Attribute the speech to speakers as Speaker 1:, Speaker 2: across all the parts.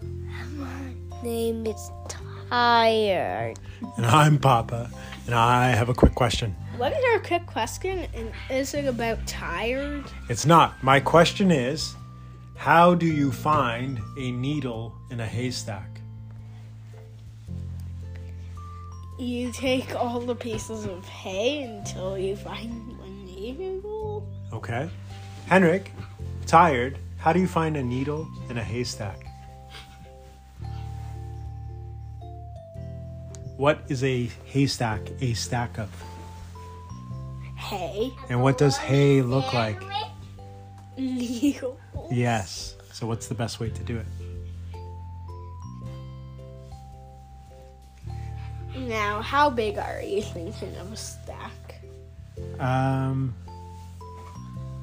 Speaker 1: Duncan. My name is Tired.
Speaker 2: And I'm Papa, and I have a quick question.
Speaker 3: What is our quick question? And is it about tired?
Speaker 2: It's not. My question is how do you find a needle in a haystack?
Speaker 3: You take all the pieces of hay until you find one needle.
Speaker 2: Okay. Henrik, tired, how do you find a needle in a haystack? What is a haystack a stack of?
Speaker 3: Hay,
Speaker 2: And what does hay look like?
Speaker 3: needle.
Speaker 2: Yes. So, what's the best way to do it?
Speaker 3: Now, how big are you thinking of a stack?
Speaker 2: Um,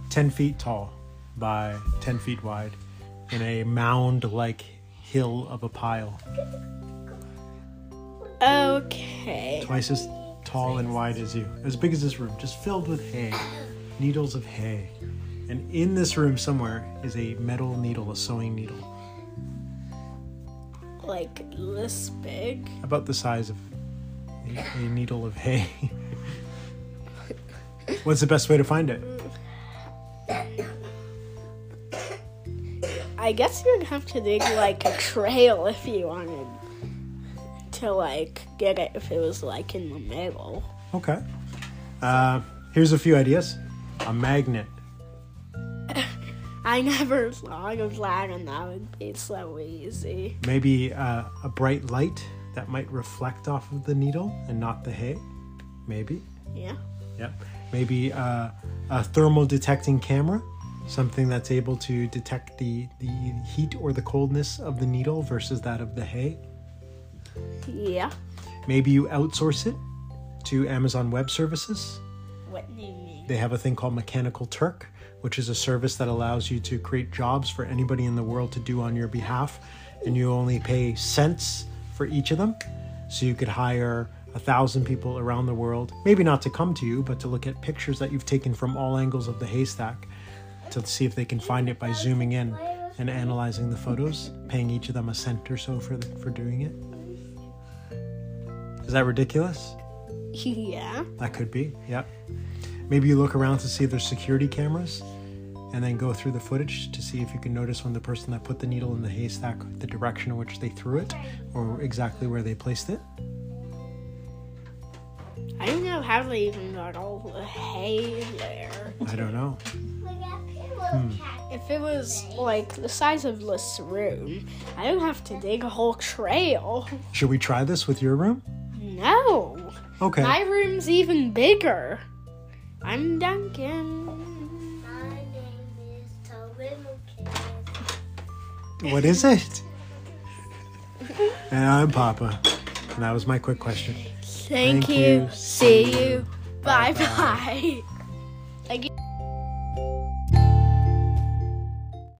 Speaker 2: 10 feet tall by 10 feet wide in a mound like hill of a pile,
Speaker 3: Okay.
Speaker 2: twice as tall and wide as you, as big as this room, just filled with hay, needles of hay. And in this room somewhere is a metal needle, a sewing needle,
Speaker 3: Like this big.
Speaker 2: about the size of a, a needle of hay. What's the best way to find it?
Speaker 3: I guess you'd have to dig like a trail if you wanted to like get it if it was like in the middle.
Speaker 2: Okay. Uh, here's a few ideas a magnet.
Speaker 3: I never thought of that, and that would be so easy.
Speaker 2: maybe uh, a bright light that might reflect off of the needle and not the hay maybe
Speaker 3: Yeah.
Speaker 2: yep maybe uh, a thermal detecting camera something that's able to detect the, the heat or the coldness of the needle versus that of the hay
Speaker 3: Yeah.
Speaker 2: maybe you outsource it to amazon web services
Speaker 3: What do you mean?
Speaker 2: they have a thing called mechanical turk which is a service that allows you to create jobs for anybody in the world to do on your behalf and you only pay cents for each of them so you could hire a thousand people around the world maybe not to come to you but to look at pictures that you've taken from all angles of the haystack to see if they can find it by zooming in and analyzing the photos paying each of them a cent or so for, for doing it is that ridiculous
Speaker 3: Yeah.
Speaker 2: that could be, yeah. Maybe you look around to see if there's security cameras and then go through the footage to see if you can notice when the person that put the needle in the haystack, the direction in which they threw it or exactly where they placed it.
Speaker 3: I don't know how they even got all the hay there.
Speaker 2: I don't know.
Speaker 3: If it was like the size of this room, I would have to dig a whole trail.
Speaker 2: Should we try this with your room?
Speaker 3: No.
Speaker 2: Okay.
Speaker 3: My room's even bigger. I'm Duncan.
Speaker 2: What is it? and I'm Papa. And that was my quick question.
Speaker 3: Thank,
Speaker 2: you.
Speaker 3: you. See you. Bye bye.